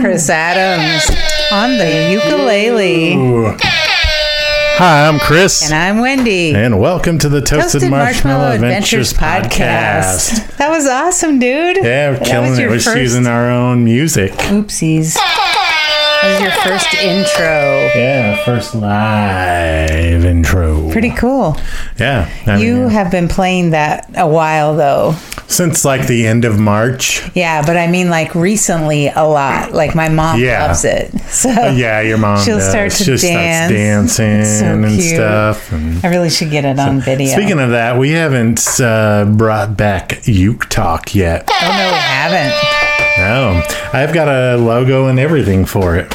Chris Adams on the ukulele. Ooh. Hi, I'm Chris, And I'm Wendy. and welcome to the Toasted, Toasted Marshmallow, Adventures, podcast. That was awesome, dude. Yeah, we're That killing was it. your We're first- using our own music. Oopsies. That was your first intro. Yeah, first live intro. Pretty cool. Yeah, I mean, You have been playing that a while, though. since like the end of March. Yeah, but I mean, like recently a lot. Like my mom Yeah. Uh, loves it. So Yeah, your mom. She'll does. start to she dance. starts dancing so and cute. stuff. And I really should get it on video. speaking of that, we haven't uh, brought back Uke Talk yet. oh, no, we haven't. No, I've got a logo and everything for it.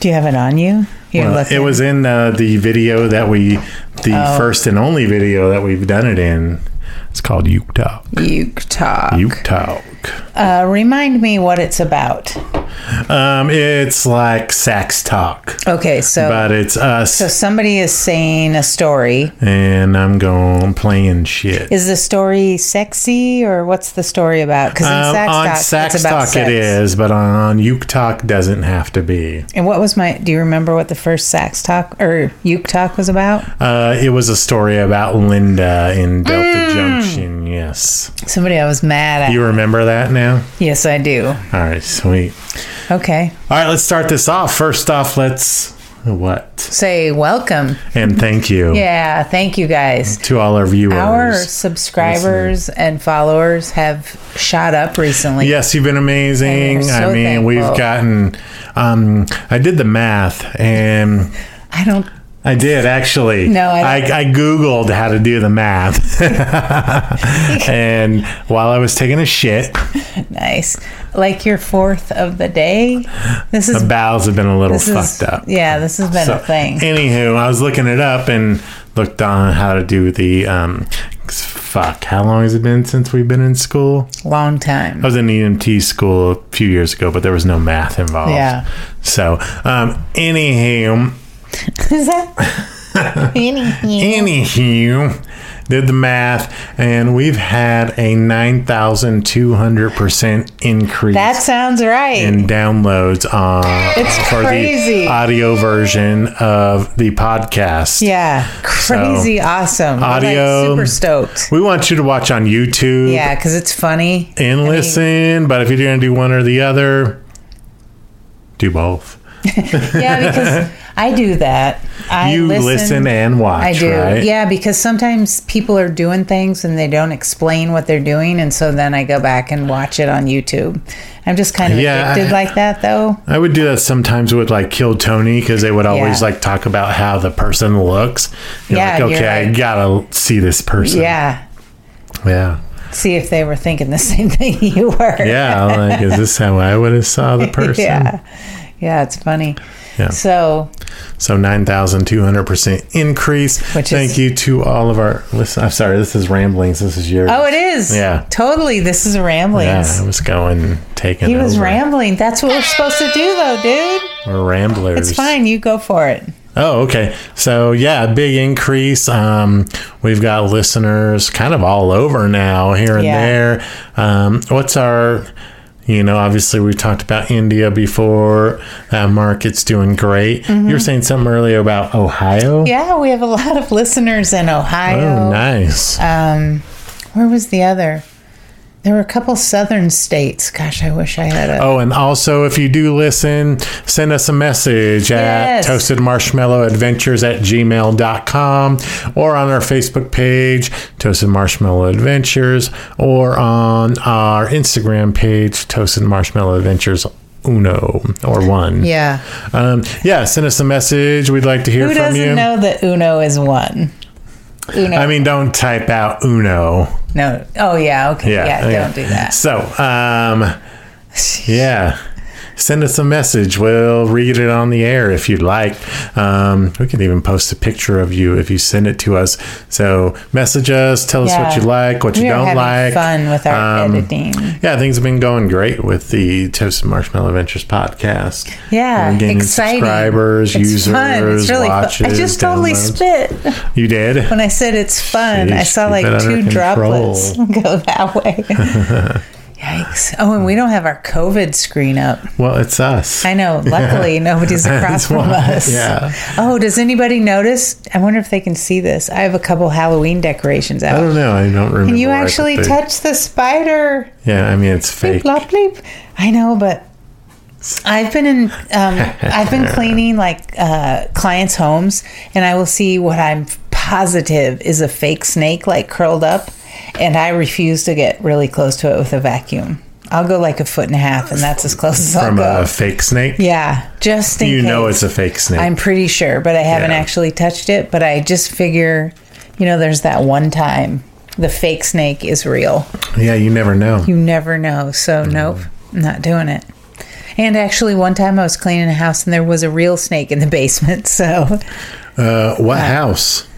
Do you have it on you? You're Well, looking. it was in uh, the video that we, the Oh. first and only video that we've done it in. It's called Uke Talk. Uke Talk. Uke Talk. Uh, remind me what it's about. Um, it's like sax talk, Okay, so but it's us, Oh. so somebody is saying a story. and I'm going playing shit. Is the story sexy or what's the story about? Because in Um, Sax on Talk, sax it's about talk, sex. it is, but on, on Uke Talk doesn't have to be. And what was my? Do you remember what the first Sax Talk or Uke Talk was about? Uh, it was a story about Linda in Delta Mm. Junction. Yes, Somebody I was mad at. you remember that now? yes, I do. All right, sweet. Okay, All right, let's start this off. First off, let's what say welcome. and thank you Yeah, thank you guys. to all our viewers. Our subscribers and followers have shot up recently. Yes, you've been amazing. And we're so I mean, thankful. we've gotten. Um, I did the math, and I don't. I did actually. No, I I, I, googled how to do the math, and while I was taking a shit, Nice. Like your fourth of the day. This is the bowels have been a little This is- fucked up. Yeah, this has been a thing. Anywho, I was looking it up and looked on how to do the um. Fuck! How long has it been since we've been in school? Long time. I was in EMT school a few years ago, but there was no math involved. Yeah. So, um, anywho, Oh. Is that anything? anywho, did the math, and we've had a nine thousand two hundred percent increase That sounds right. in downloads on It's for crazy. the audio version of the podcast. yeah, crazy awesome. We're, like, audio- super stoked. We want you to watch on YouTube Yeah, because it's funny. and listen, but if you're going to do one or the other, do both. Yeah, because I do that. I you listen, and watch. I do. Right? Yeah, because sometimes people are doing things and they don't explain what they're doing, and so then I go back and watch it on YouTube. I'm just kind of Yeah, addicted I- like that, though. I would do that sometimes with like Kill Tony because they would always Yeah. like talk about how the person looks. You're Yeah, like, you're okay, I like- gotta see this person. Yeah. Yeah. See if they were thinking the same thing you were. Yeah. like, is this how I would have saw the person? Yeah. Yeah, it's funny. Yeah. So, So 9,200% increase. Which Thank is- you to all of our listen. I'm sorry, this is ramblings. This is yours. oh, it is. Yeah. Totally. This is ramblings. Yeah, I was going taking. he was over. rambling. That's what we're supposed to do, though, dude. We're ramblers. It's fine. You go for it. Oh, okay. So yeah, big increase. Um, we've got listeners kind of all over now, here and Yeah. there. Um, what's our? You know, obviously we talked about India before. That market's doing great. You were saying something earlier about Ohio. Mm-hmm. Yeah, we have a lot of listeners in Ohio. Oh, nice. Um, where was the other? There were a couple southern states. Gosh, I wish I had a. Oh, and also, if you do listen, send us a message at Yes. toastedmarshmallowadventures at gmail.com or on our Facebook page, Toasted Marshmallow Adventures, or on our Instagram page, Toasted Marshmallow Adventures Uno or One. Yeah. Um, yeah, send us a message. We'd like to hear Who from doesn't you. know that Uno is one? Uno. I mean, don't type out Uno. no. Oh, yeah. Okay. Yeah, Yeah. okay. Don't do that. So, um, yeah. Send us a message. We'll read it on the air if you'd like. Um, we can even post a picture of you if you send it to us. So message us, tell us Yeah. what you like, what we you are don't having like. fun with our Um, editing. Yeah, things have been going great with the Toasted Marshmallow Adventures podcast. Yeah, We're gaining exciting. subscribers, users, watches. fun. I just totally downloads. spit You did? when I said it's fun. I Jeez, saw keep like it two under droplets control. go that way. Yikes. Oh, and we don't have our COVID screen up. Well, it's us. I know. Luckily, nobody's across That's from why, us. yeah. Oh, does anybody notice? I wonder if they can see this. I have a couple Halloween decorations I out. don't know. I don't remember. Can you where I put actually the- touch the spider? Yeah, I mean it's fake. Bleep, blop, bleep. I know, but I've been in. Um, I've been cleaning like uh, clients' homes, and I will see what I'm positive is a fake snake, like curled up, and I refuse to get really close to it with a vacuum. I'll go like a foot and a half, and that's as close as I'll From go. a fake snake. yeah, just in you know case. it's a fake snake. I'm pretty sure, but I haven't Yeah. actually touched it. But I just figure, you know, there's that one time the fake snake is real. yeah, you never know. You never know. So, nope, not doing it. And actually, one time I was cleaning a house and there was a real snake in the basement. So uh, what house?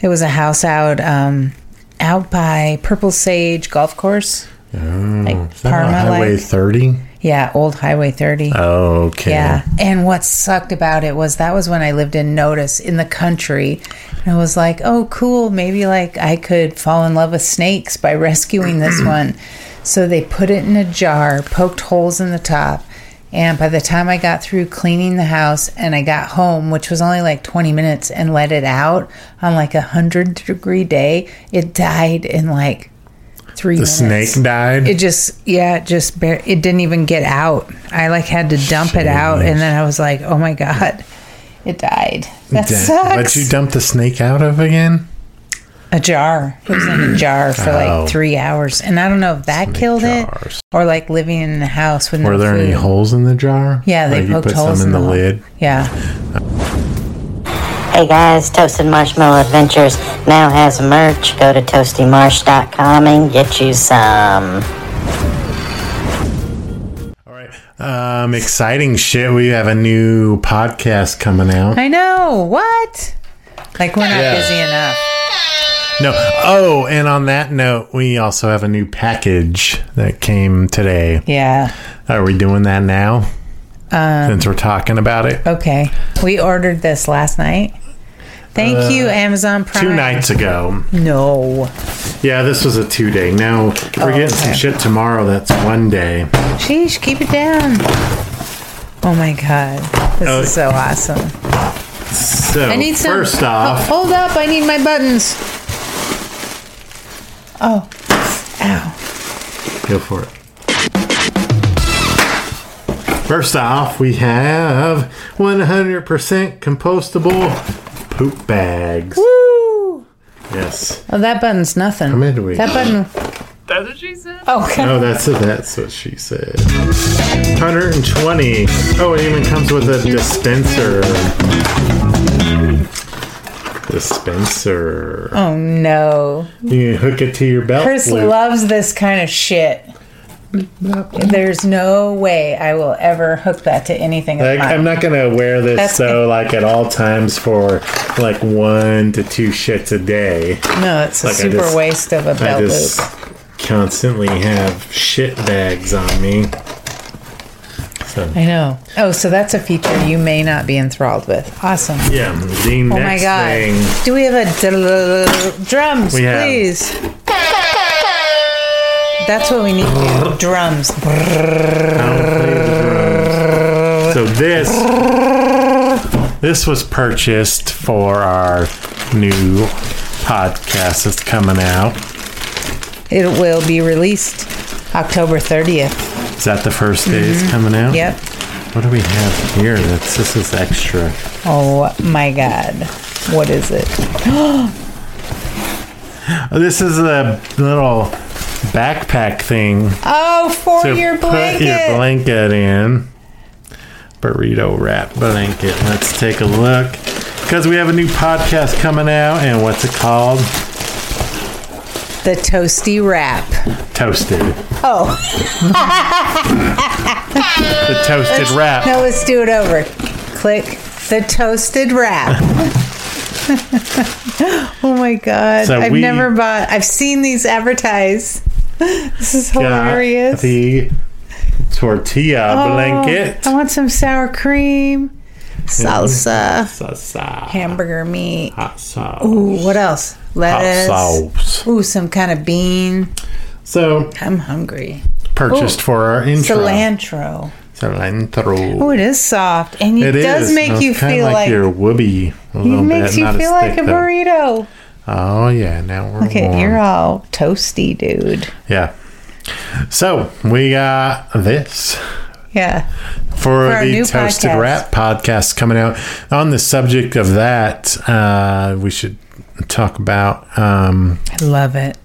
it was a house out, um, out by Purple Sage Golf Course. like Hmm. Is that on Parma, Highway like- 30? Yeah, old Highway 30. Okay. Yeah. And what sucked about it was that was when I lived in Notice in the country. And I was like, oh, cool. Maybe like I could fall in love with snakes by rescuing this one. So they put it in a jar, poked holes in the top. And by the time I got through cleaning the house and I got home, which was only like 20 minutes, and let it out on like a 100 degree day, it died in like three The minutes snake died. it just yeah it just bar- it didn't even get out i like had to dump it out and then i was like oh my god it died that Da- sucks But you dump the snake out of again? a jar it was in a jar for Oh. like three hours and i don't know if that killed jars. it or like living in a house with Were no there any food. holes in the jar? yeah they Like you poked put holes some in the, hole. lid. yeah Hey guys, Toasted Marshmallow Adventures now has merch. Go to toastymarsh.com and get you some. All right. Um, exciting shit. We have a new podcast coming out. i know what like we're not Yeah. busy enough No. Oh, and on that note, we also have a new package that came today. yeah Are we doing that now? Um, Since we're talking about it, okay we ordered this last night thank you amazon prime Uh, two nights ago. no Yeah, this was a two day. Now we're getting some Oh, okay. shit tomorrow. That's one day. Sheesh, keep it down. Oh my god. This Oh. is so awesome. So I need some Oh, first off, Ho- Hold up, I need my buttons. Oh. Ow. go for it. First off, we have 100% compostable poop bags. Woo! Yes. Oh, that button's nothing. How many do we? That button. That's what she said. Oh, God. Oh, that's that's what she said. 120. Oh, it even comes with a dispenser. Dispenser. oh no. You hook it to your belt. Chris loop. loves this kind of shit. There's no way I will ever hook that to anything. of Like, mine. I'm not gonna wear this That's- though, like at all times for like one to two shits a day. no, it's a like, I super just- waste of a I belt just loop. constantly have shit bags on me. So I know. Oh, so that's a feature you may not be enthralled with. Awesome. yeah, the Oh my next god. thing. Do we have a dl- drums, We have- please? That's what we need to do. Drums. So this this was purchased for our new podcast that's coming out. It will be released October 30th. Is that the first day it's coming out? Yep. What do we have here? That's this is extra. Oh my god. What is it? Oh, This is a little backpack thing Oh, for your put blanket. your blanket in. Burrito wrap blanket. Let's take a look because we have a new podcast coming out, and what's it called? the toasty wrap. Toasted. Oh, The toasted wrap. no, let's do it over. Click the toasted wrap. oh my god. So I've we- never bought I've seen these advertised. This is got hilarious. Oh, the tortilla blanket. Mm-hmm. I want some sour cream, salsa, Salsa. hamburger meat. Hot sauce. Ooh, what else? Hot Lettuce. sauce. Ooh, some kind of bean. So I'm hungry. purchased Ooh, for our intro. Cilantro. Cilantro. Oh, it is soft, and it, It does is. make It's you kinda feel like, you're whoopee a it little makes bit. you not feel as like a thick, though. burrito. Oh yeah, now we're Okay, warm. you're all toasty, dude. Yeah. So we got this Yeah, for, our the new Toasted podcast. Rap podcast coming out. On the subject of that, uh, we should talk about. Um, I love it.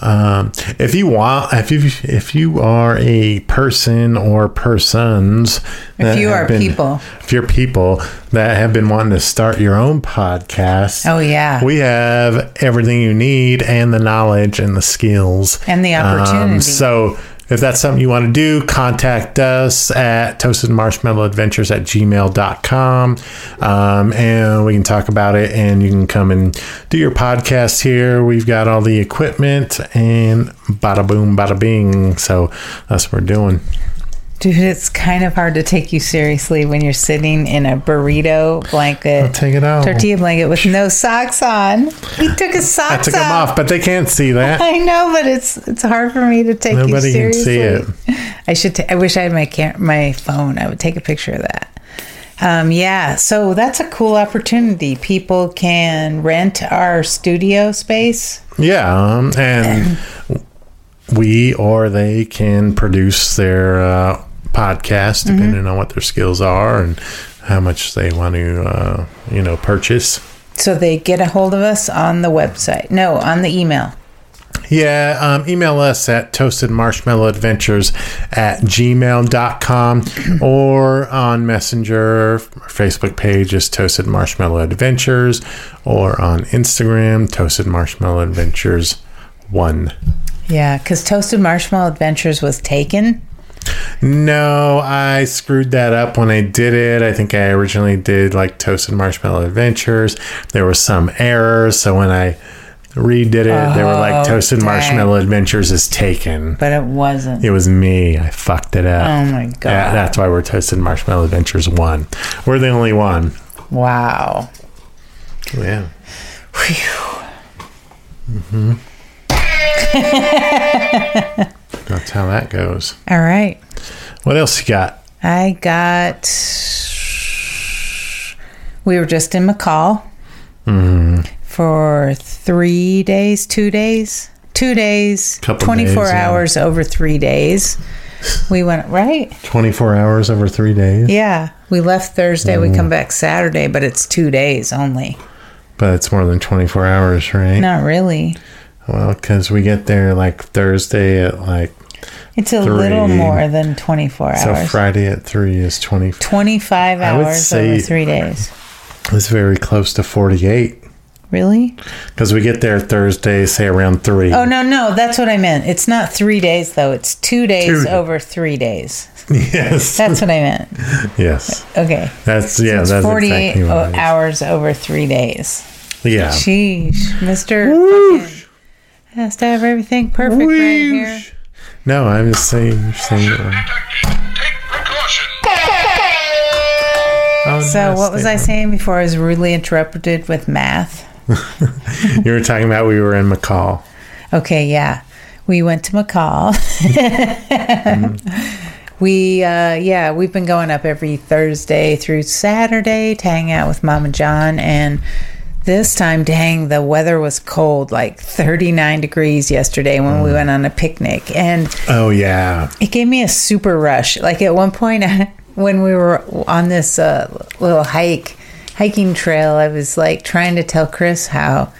um, if you want, if you if you are a person or persons, that you have are people. if you're people that have been wanting to start your own podcast, Oh yeah, we have everything you need and the knowledge and the skills Um, And the opportunity. so if that's something you want to do, contact us at toastedmarshmallowadventures at gmail.com. Um, and we can talk about it and you can come and do your podcast here. We've got all the equipment and bada boom, bada bing. So that's what we're doing. dude, it's kind of hard to take you seriously when you're sitting in a burrito blanket, Take it out. tortilla blanket with no socks on. He took his I socks took them off. off, but they can't see that. I know, but it's it's hard for me to take Nobody you can seriously. see it. I should. T- I wish I had my cam- my phone. I would take a picture of that. Um, yeah, so that's a cool opportunity. People can rent our studio space. Yeah, um, and we or they can produce their uh, podcast depending on what their skills are and how much they want to, uh, you know, purchase. So they get a hold of us on the website. No, on the email. Yeah, um, email us at toastedmarshmallowadventures at gmail.com or on Messenger. Our Facebook page is Toasted Marshmallow Adventures or on Instagram, Toasted Marshmallow Adventures 1. Yeah, because Toasted Marshmallow Adventures was taken. No, I screwed that up when I did it. I think I originally did like Toasted Marshmallow Adventures. There was some error, so when I redid it, they were like Oh, Toasted dang. Marshmallow Adventures is taken. But it wasn't. It was me. I fucked it up. Oh my God. Yeah, that's why we're Toasted Marshmallow Adventures 1. We're the only one. Wow. Yeah. That's how that goes. All right. What else you got? I got. We were just in McCall Mm-hmm. for three days, two days, two days, Couple 24 days, yeah. hours over three days. We went, right? 24 hours over three days? Yeah. We left Thursday. Mm-hmm. We come back Saturday, but it's two days only. But it's more than 24 hours, right? Not really. Well, because we get there like Thursday at like, It's a little Three. more than 24 so hours. Friday at 3 is 20. 25 I would hours say- over three days. It's very close to 48 Really? because we get there Thursday, say around 3. Oh, no, no. That's what I meant. It's not three days, though. It's two days Two. over three days. Yes. That's what I meant. yes. Okay. That's, yeah, it's that's 48 exactly o- what it is. hours over three days. Yeah. Sheesh. Mr. fucking Has to have everything perfect right here. Whoosh. No, I'm just saying, you're saying it wrong. Take precaution. Oh, So, no, what was I stay saying before I was rudely interrupted with math? wrong. You were talking about we were in McCall. Okay, yeah. We went to McCall. We, uh, yeah, we've been going up every Thursday through Saturday to hang out with Mom and John. And this time, dang, the weather was cold like 39 degrees yesterday when we went on a picnic. And Oh, yeah. it gave me a super rush. Like at one point when we were on this uh, little hike, hiking trail, I was like trying to tell Chris how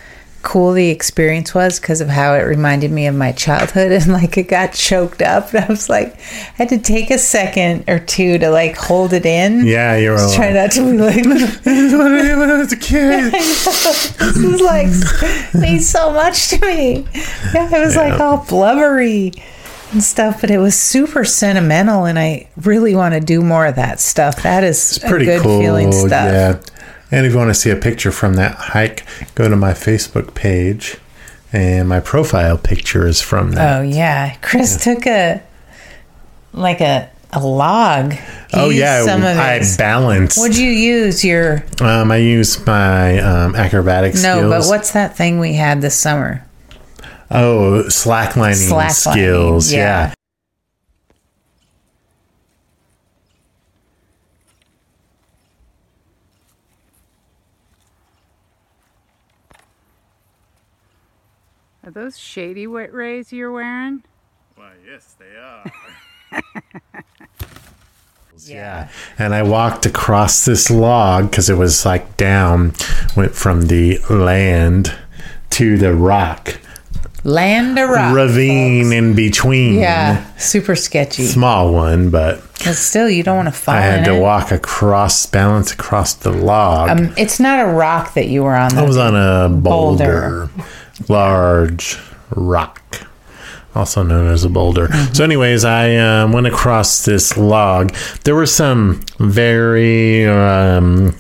cool the experience was because of how it reminded me of my childhood and like it got choked up and I was like I had to take a second or two to like hold it in. Yeah, you were Just Try like, not to be like it's a kid. this is like means so much to me. Yeah, it was like Yeah. all blubbery and stuff, but it was super sentimental, and I really want to do more of that stuff. That is It's pretty a good cool. feeling stuff. Yeah. And if you want to see a picture from that hike, go to my Facebook page, and my profile picture is from that. Oh yeah, Chris took a like a a log. He oh used yeah, some of I it. balanced. Would you use your um, I used my um, acrobatic no? skills. But what's that thing we had this summer? Oh, slacklining Slacklining, skills. yeah. Yeah. Are those shady wet rays you're wearing? Why, yes, they are. Yeah. yeah. And I walked across this log because it was like down, went from the land to the rock, Land a rock. ravine folks. in between. Yeah, super sketchy. Small one, but But still, you don't want to fall I had in to it. walk across, balance across the log. Um, it's not a rock that you were on. I though. was on a boulder, Boulder. large rock, also known as a boulder. Mm-hmm. So, anyways, I um, went across this log. There were some very um,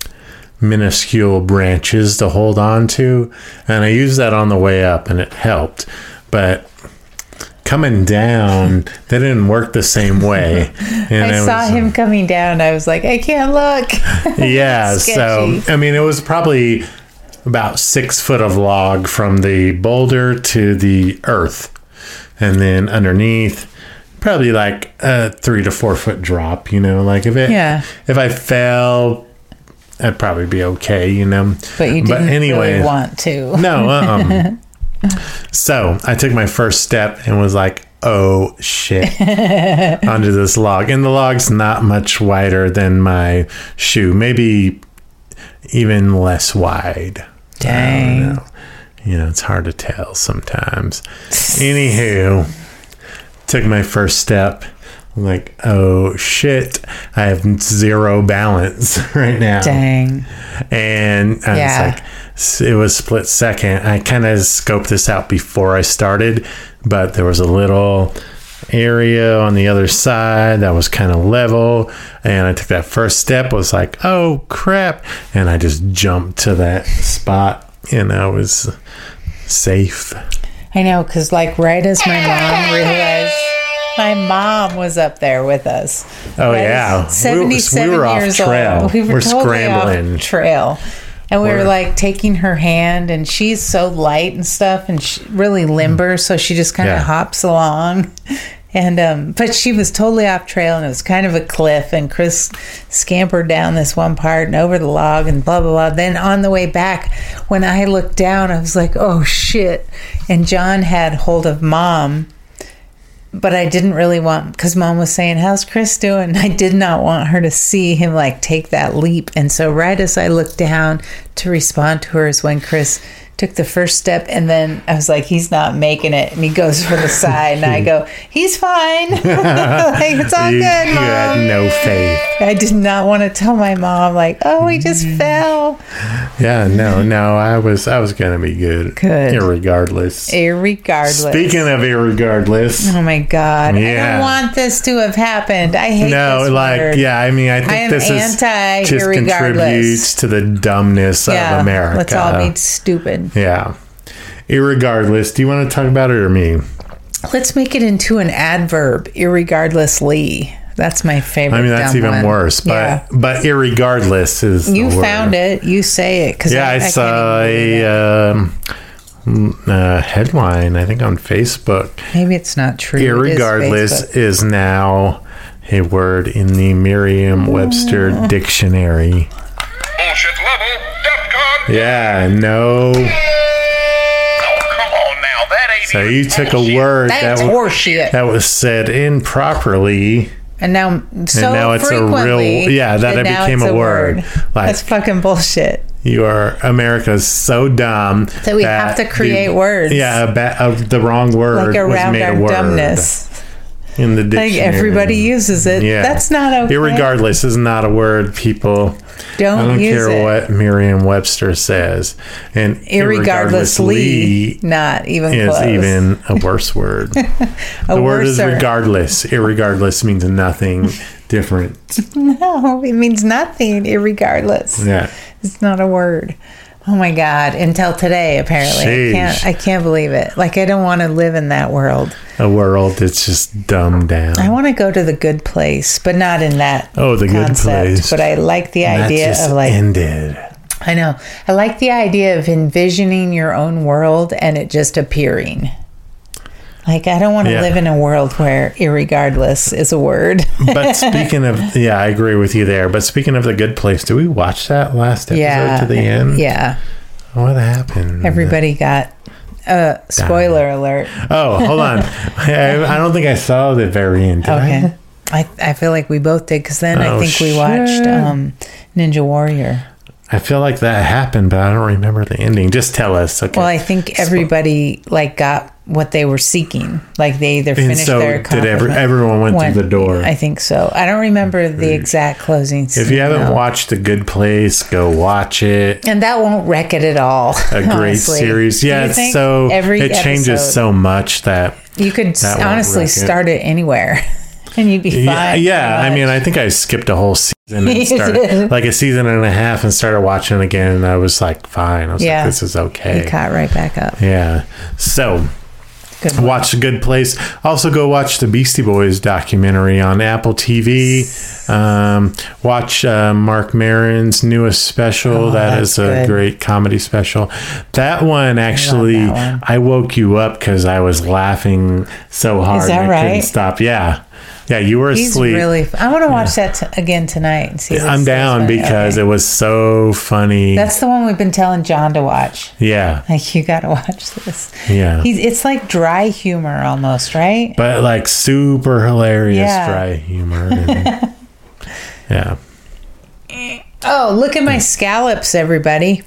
minuscule branches to hold on to, and I used that on the way up, and it helped. But coming down, they didn't work the same way. And I it saw was- uh, him coming down. I was like, I can't look. yeah Sketchy. so i mean it was probably about six foot of log from the boulder to the earth and then underneath probably like a three to four foot drop you know like if it Yeah. if i fell i'd probably be okay you know But you didn't anyway- really want to. no uh-uh. so i took my first step and was like oh shit onto this log and the log's not much wider than my shoe maybe even less wide Dang. you know, it's hard to tell sometimes. Anywho, took my first step. I'm like, oh shit, I have zero balance right now. Dang. And I Yeah. was like, s- it was split second. I kind of scoped this out before I started, but there was a little area on the other side that was kind of level. And I took that first step, was like, oh crap. And I just jumped to that spot and I was safe. I know, because like right as my mom realized, my mom was up there with us. Oh, Right? yeah. We were- seventy-seven we were off years trail. old. We were, We're totally scrambling. off trail, and we were, We're- like taking her hand, and she's so light and stuff, and she, really limber, so she just kind of Mm-hmm. Yeah. hops along. And um, but she was totally off trail, and it was kind of a cliff. And Chris scampered down this one part and over the log, and blah blah blah. Then on the way back, when I looked down, I was like, "Oh shit!" And John had hold of mom, but I didn't really want because mom was saying, "How's Chris doing?" I did not want her to see him like take that leap, and so right as I looked down to respond to her is when Chris took the first step, and then I was like, "He's not making it," and he goes for the side, and I go, "He's fine, like it's all you, good, you mom." had no faith. I did not want to tell my mom like, "Oh, he just Mm. fell," Yeah, no, no, I was I was gonna be good. Good. Irregardless. irregardless. Speaking of irregardless. Oh my god! I Yeah. don't want this to have happened. I hate No, this like word. yeah, I mean I think am this is anti just irregardless. contributes to the dumbness of America. Let's all be stupid. yeah. Irregardless. Do you want to talk about it or me? Let's make it into an adverb, irregardlessly. That's my favorite. I mean that's dumb even one. worse. But Yeah. but irregardless is you the word. found it. You say it. Cause Yeah, I, can't saw even believe it. a um, mm, uh, headline I think on Facebook Maybe it's not true. It is Facebook. uh, Irregardless is now a word in the Merriam Mm. Webster dictionary. BullshitLevel.com. Yeah, no. Oh, come on now. That ain't So even you took a bullshit. word that That's w- horseshit. that was said improperly, and now, so and now it's a real frequently, yeah that and it now became it's a word. Like That's fucking bullshit. you are America's so dumb That we have to create the- words. Yeah, a ba- of the wrong word Like was around made our a word dumbness. in the Like dictionary. everybody uses it. Yeah, That's not okay. Irregardless is not a word, people. Don't, I don't use care it. what Merriam-Webster says, and irregardlessly irregardlessly not even is close. even a worse word. the a word is worser. regardless. Irregardless means nothing different. No, it means nothing. Irregardless, Yeah, it's not a word. Oh my god! Until today, apparently, I Sheesh. can't. I can't believe it. Like I don't want to live in that world. a world that's just dumbed down. I want to go to the good place, but not in that. Oh, the good place. But I like the That idea just of like. ended. I know. I like the idea of envisioning your own world and it just appearing. Like, I don't want to Yeah. live in a world where irregardless is a word. But speaking of, yeah, I agree with you there. But speaking of the good place, do we watch that last episode yeah. to the end? Yeah. What happened? Everybody got uh, spoiler alert. Oh, hold on. I, I don't think I saw the very end. Did I? Okay. I, I feel like we both did because then I Oh, think we watched shit. um, Ninja Warrior. I feel like that happened, but I don't remember the ending. Just tell us. Okay. Well, I think everybody like got what they were seeking. Like they either and finished so their did every, compliment- everyone went, went- through the door. I think so. I don't remember the exact closing. if you haven't no. watched The Good Place, go watch it. and that won't wreck it at all. A great honestly. series. Do you Yeah, it's think so every it changes episode- so much that You could s- won't honestly wreck it. start it anywhere, and you'd be fine. Yeah, yeah. pretty I mean, much. I think I skipped a whole season You and started did. like a season and a half and started watching it again. And I was like, fine. I was Yeah. like, this is okay. you caught right back up. yeah. So Good one. watch a good place. Also, go watch the Beastie Boys documentary on Apple TV. Um, watch uh, Mark Marin's newest special. that Oh, that's is a good. great comedy special. That one actually, I, that one. woke you up because I was laughing so hard. that and I couldn't right? stop. Yeah. Yeah, you were He's asleep. really. f- I want to watch that t- again tonight and see. if it's I'm still down funny. because Okay. it was so funny. that's the one we've been telling John to watch. yeah, Like you got to watch this. Yeah. He's it's like dry humor almost, right? but like super hilarious Yeah. dry humor. and- yeah. Oh, look at my scallops, everybody.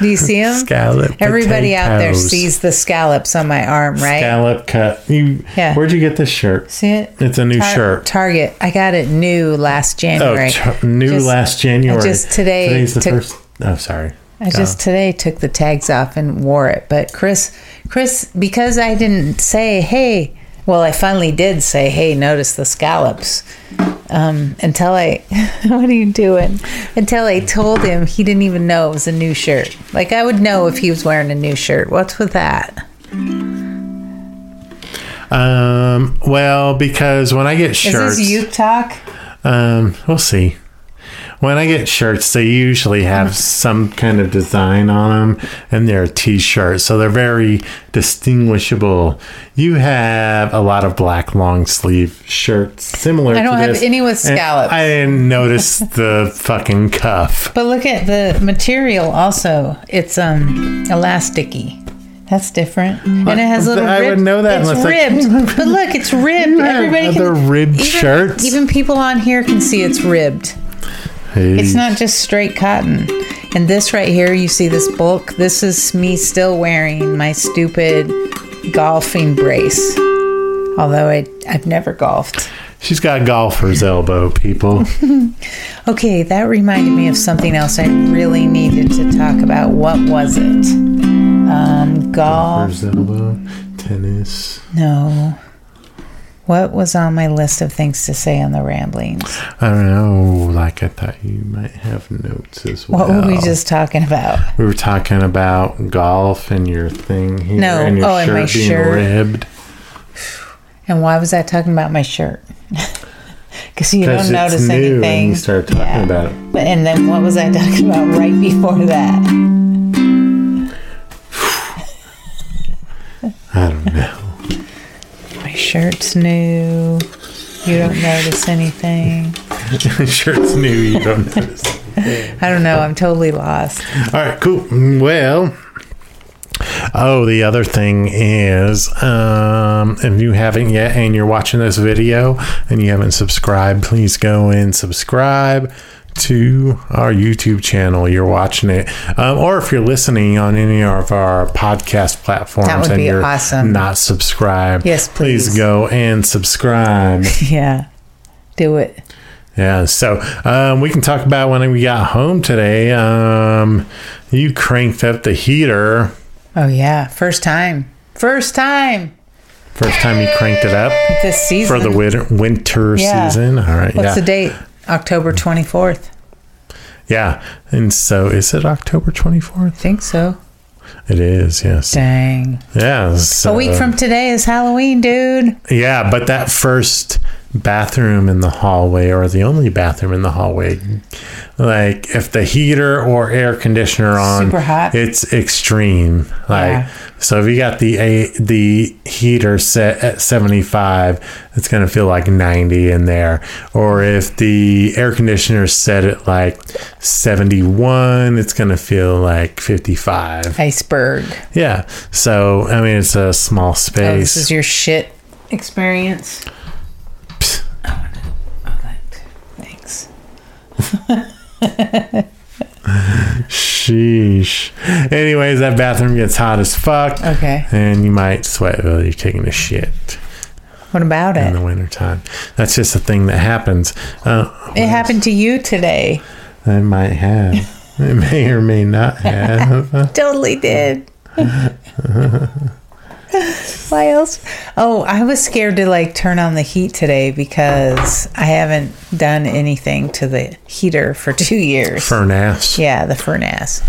Do you see them? Scallop. Everybody out there potatoes. sees the scallops on my arm, right? Scallop cut. You, Yeah. Where'd you get this shirt? see it? It's a new Tar- shirt. Target. I got it new last Oh, January. t- new Just- last January. I just today Today's the took- first. Oh, sorry. I just today took the tags off and wore it. But Chris, Chris, because I didn't say, hey, well, I finally did say, hey, notice the scallops. Um, until I, what are you doing? Until I told him, he didn't even know it was a new shirt. Like I would know if he was wearing a new shirt. What's with that? Um. Well, because when I get Is shirts, this youth talk? um, we'll see. When I get shirts, they usually Mm-hmm. have some kind of design on them, and they're a t-shirt, so they're very distinguishable. You have a lot of black long sleeve shirts similar. I don't to have this, any with and scallops. I didn't notice the fucking cuff. But look at the material also. It's um elasticy. That's different. And it has little I would ribbed- know that It's unless I- ribbed. but look, it's ribbed. have Everybody other can ribbed even, shirts? Even people on here can see it's ribbed. It's not just straight cotton. And this right here, you see this bulk. This is me still wearing my stupid golfing brace. Although I, I've never golfed. She's got golfer's elbow, people. Okay, that reminded me of something else I really needed to talk about. What was it? Um, golf. golfer's elbow, tennis. No. What was on my list of things to say on the ramblings? I don't know. Like I thought you might have notes as What well. were we just talking about? We were talking about golf and your thing here. No, and your oh, and my being shirt. ribbed. And why was I talking about my shirt? Because you don't Because it's notice new anything. and you start talking Yeah. about it. But- And then what was I talking about right before that? I don't know. My shirt's new. You don't notice anything. Shirt's new. You don't notice. I don't know. I'm totally lost. All right, cool. Well, oh, the other thing is, um, if you haven't yet and you're watching this video and you haven't subscribed, please go and subscribe to our YouTube channel. You're watching it, um, or if you're listening on any of our podcast platforms would and be you're awesome. not subscribed, Yes, please please. go and subscribe. Yeah. Do it. Yeah, so um, we can talk about when we got home today. Um, you cranked up the heater. Oh yeah, first time. First time First time you cranked it up this season. for the winter, winter Yeah. season. All right, What's yeah, the date? October 24th. yeah. And so, is it October twenty fourth? I think so. It is. Yes. Dang. Yeah. A so- week from today is Halloween, dude. Yeah, but that first bathroom in the hallway or the only bathroom in the hallway. Like if the heater or air conditioner on, Super hot. it's extreme. Like Yeah. so, if you got the a, the heater set at seventy five, it's gonna feel like ninety in there. Or if the air conditioner is set at like seventy one, it's gonna feel like fifty five. Iceberg. Yeah. So I mean, it's a small space. Oh, this is your shit experience. Oh, good. Thanks. Sheesh. Anyways, that bathroom gets hot as fuck. Okay. And you might sweat while you're taking a shit What about in the it? wintertime. That's just a thing that happens. Uh, It happened to you today. I might have. I may or may not have. Totally did. Why else? Oh, I was scared to like turn on the heat today because I haven't done anything to the heater for two years. furnace. Yeah, the furnace.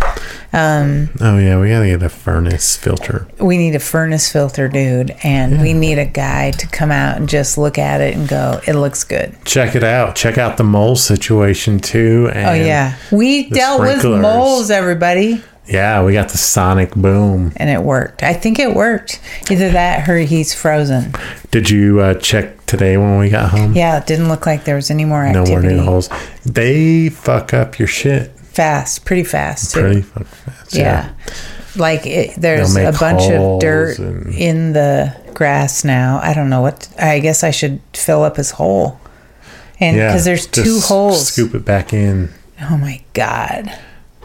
Oh, yeah. We got to get a furnace filter. we need a furnace filter dude and we need a guy to come out and just look at it and go it looks good Check it out. Check out the mole situation, too. And oh yeah we the dealt with sprinklers. moles everybody Yeah. We got the sonic boom. and it worked i think it worked either that or he's frozen Did you uh, check today when we got home? yeah it didn't look like there was any more No more activity new holes. They fuck up your shit. fast pretty fast too. pretty fucking fast. yeah. like it, there's They'll a make bunch of holes dirt and- in the grass now i don't know what i guess i should fill up his hole and Yeah, because there's two just holes Scoop it back in, Oh my god.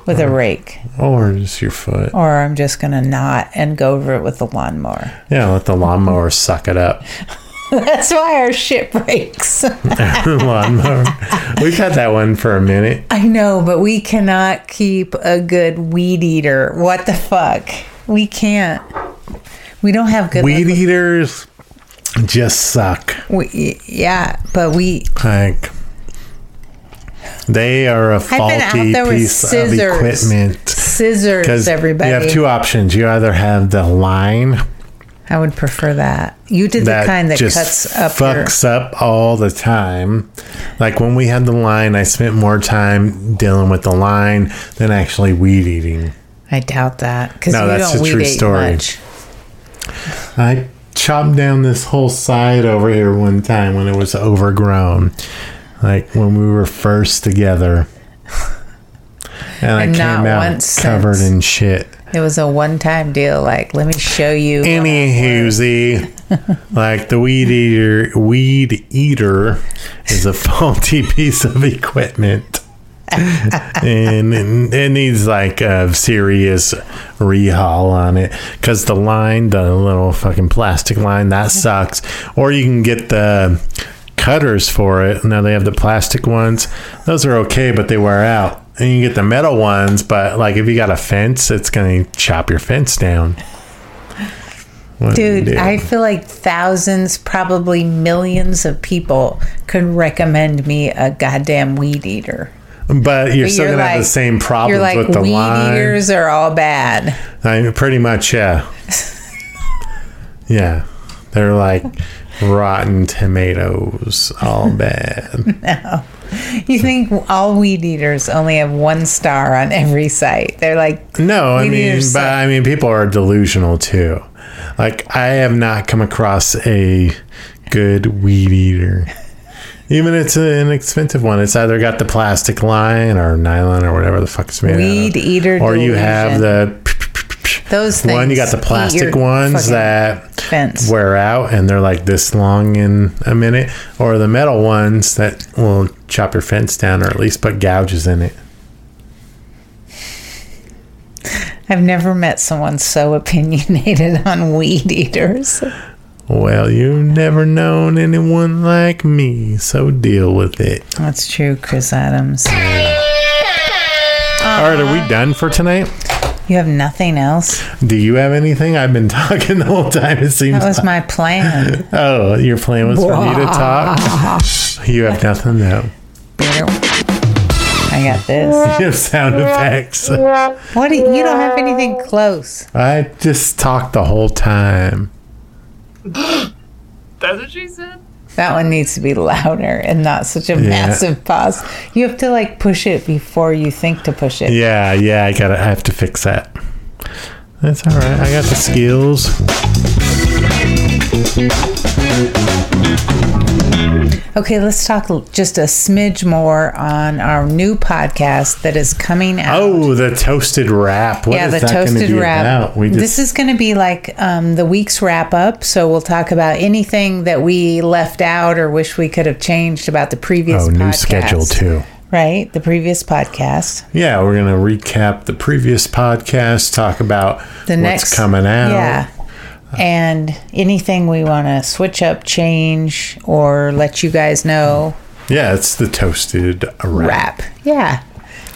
With a rake. or just your foot. Or I'm just gonna knot and go over it with the lawnmower. Yeah, let the lawnmower suck it up. That's why our shit breaks. lawnmower. We've had that one for a minute. I know, but we cannot keep a good weed eater. What the fuck? We can't. We don't have good Weed eaters just suck. We, yeah, but we. Like they are a been out faulty there with piece of scissors. equipment. Scissors, everybody. you have two options. You either have the line I would prefer that. You did the that kind that just cuts up your. fucks up all the time. Like when we had the line, I spent more time dealing with the line than actually weed eating. I doubt that because No, you that's don't a weed true eat story. much. I chopped down this whole side over here one time when it was overgrown, like when we were first together. And I And came not out once covered since. in shit. It was a one-time deal. Like, let me show you. Anywhoozy, like the weed eater, weed eater is a faulty piece of equipment, and, and it needs like a serious rehaul on it because the line, the little fucking plastic line, that sucks. Or you can get the cutters for it. Now they have the plastic ones; those are okay, but they wear out. And you can get the metal ones, but like if you got a fence, it's gonna chop your fence down. What do you Dude, do? I feel like thousands, probably millions of people could recommend me a goddamn weed eater. But you're But still you're gonna have the like- same You're problems like, with the weed line. eaters are all bad. I mean, pretty much, yeah. yeah, they're like rotten tomatoes, all bad. You think all weed eaters only have one star on every site? They're like, No, I Weed mean, eaters but suck. I mean, people are delusional too. Like, I have not come across a good weed eater. Even it's an expensive one. It's either got the plastic line or nylon or whatever the fuck it's made out of. Weed eater Or you have the those things. One, you got the Eat plastic your ones fucking that fence. wear out and they're like this long in a minute, or the metal ones that will chop your fence down or at least put gouges in it. I've never met someone so opinionated on weed eaters. Well, you've never known anyone like me, so deal with it. That's true, Chris Adams. All right, are we done for tonight? You have nothing else? Do you have anything? I've been talking the whole time. It seems. That was my plan. oh, your plan was for me to talk. You have nothing though. I got this. You have sound effects. What do, you don't have anything close. I just talked the whole time. That's what she said. That one needs to be louder and not such a massive pause. You have to like push it before you think to push it. Yeah, yeah, I gotta I have to fix that. That's all right. I got the skills. Okay, let's talk l- just a smidge more on our new podcast that is coming out. Oh, the toasted wrap. What yeah, is the that gonna toasted be wrap. about? We just this is going to be like um, the week's wrap up. So we'll talk about anything that we left out or wish we could have changed about the previous. oh podcast, new schedule too. Right, the previous podcast. Yeah, we're gonna recap the previous podcast. Talk about The what's next coming out. Yeah. And anything we want to switch up, change, or let you guys know, Yeah, it's the toasted wrap, wrap. Yeah.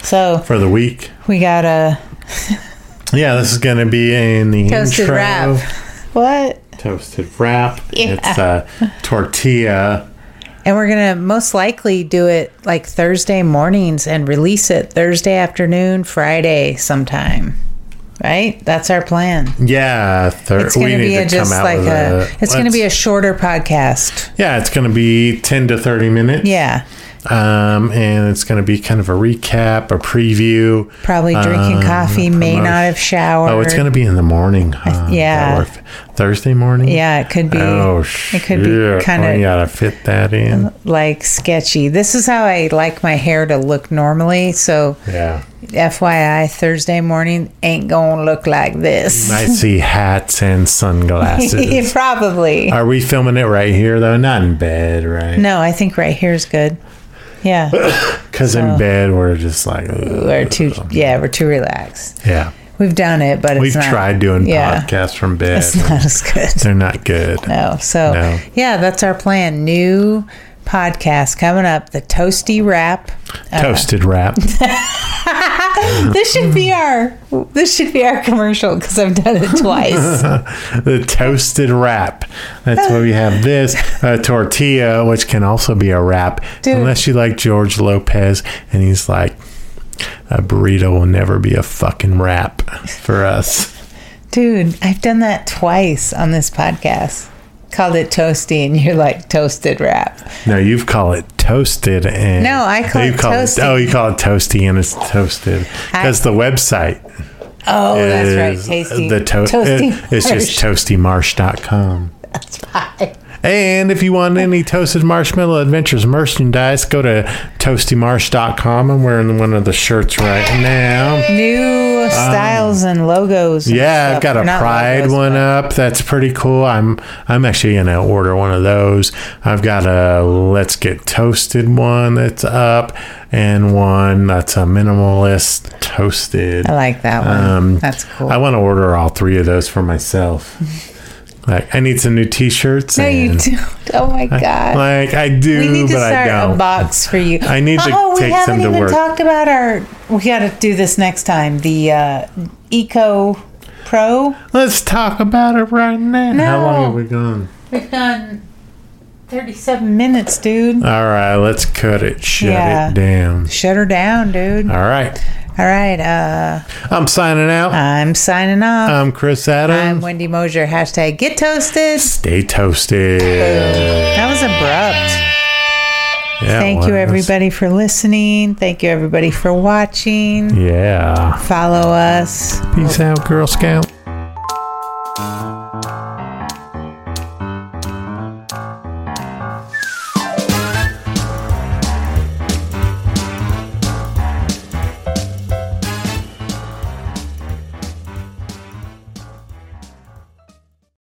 So for the week. we got a Yeah, this is gonna be in the toasted intro. wrap. What? Toasted wrap. Yeah. It's a tortilla. And we're going to most likely do it like Thursday mornings and release it Thursday afternoon, Friday sometime. Right? That's our plan. Yeah, thir- It's going to be a, just like with a, it's going to be a let's- shorter podcast. yeah, it's going to be ten to thirty minutes. Yeah. um, and it's going to be kind of a recap, a preview. Probably drinking um, coffee, may promotion. not have showered. Oh, it's going to be in the morning. huh? yeah. Or f- Thursday morning. Yeah, it could be. Oh it could be Uh, kind of. of You gotta fit that in. like sketchy. This is how I like my hair to look normally. So, Yeah. FYI, Thursday morning ain't gonna look like this. I see hats and sunglasses. Probably. Are we filming it right here though? Not in bed, right? No, I think right here is good. Yeah, Because in bed we're just like, ugh. we're too. Yeah, we're too relaxed. yeah. We've done it, but it's We've not- tried doing yeah, podcasts from bed. It's not as good. They're not good. No, so No. yeah, that's our plan. New podcast coming up. The Toasty Wrap. Toasted wrap. This should be our. This should be our commercial because I've done it twice. the toasted wrap. That's why we have this a tortilla, which can also be a wrap, Dude. unless you like George Lopez, and he's like, a burrito will never be a fucking wrap for us. Dude, I've done that twice on this podcast. Called it toasty, and you're like toasted wrap. No, you've called it toasted, and No, I call you it toasty. Oh, you call it toasty, and it's toasted because the website Oh, that's right, is tasty. the to- toasty. it- it's just toastymarsh.com. Marsh. And if you want any Toasted Marshmallow Adventures merchandise, go to toastymarsh.com. I'm wearing one of the shirts right now. new styles and logos. and Um, Yeah, I've stuff. got a Or not pride logos, one up. That's pretty cool. I'm I'm actually gonna order one of those. I've got a Let's Get Toasted one that's up, and one that's a minimalist toasted. but I like that one. Um, that's cool. I want to order all three of those for myself. like I need some new T-shirts. no, you and- don't. Oh my god. Like I do, we need to but I start don't. a box for you. I need to oh, we take haven't them to even work. talked about our. We got to do this next time. The uh, Eco Pro. Let's talk about it right now. How No. long have we gone? We've done 37 minutes, dude. All right, let's cut it. Shut Yeah. it down. Shut her down, dude. All right. All right. Uh, I'm signing out. I'm signing off. I'm Chris I'm Adams. Wendy Mosier. Hashtag get toasted. Stay toasted. That was abrupt. Yeah, Thank you, well, that's- everybody, for listening. Thank you, everybody, for watching. Yeah. Follow us. Peace out, Girl Scout.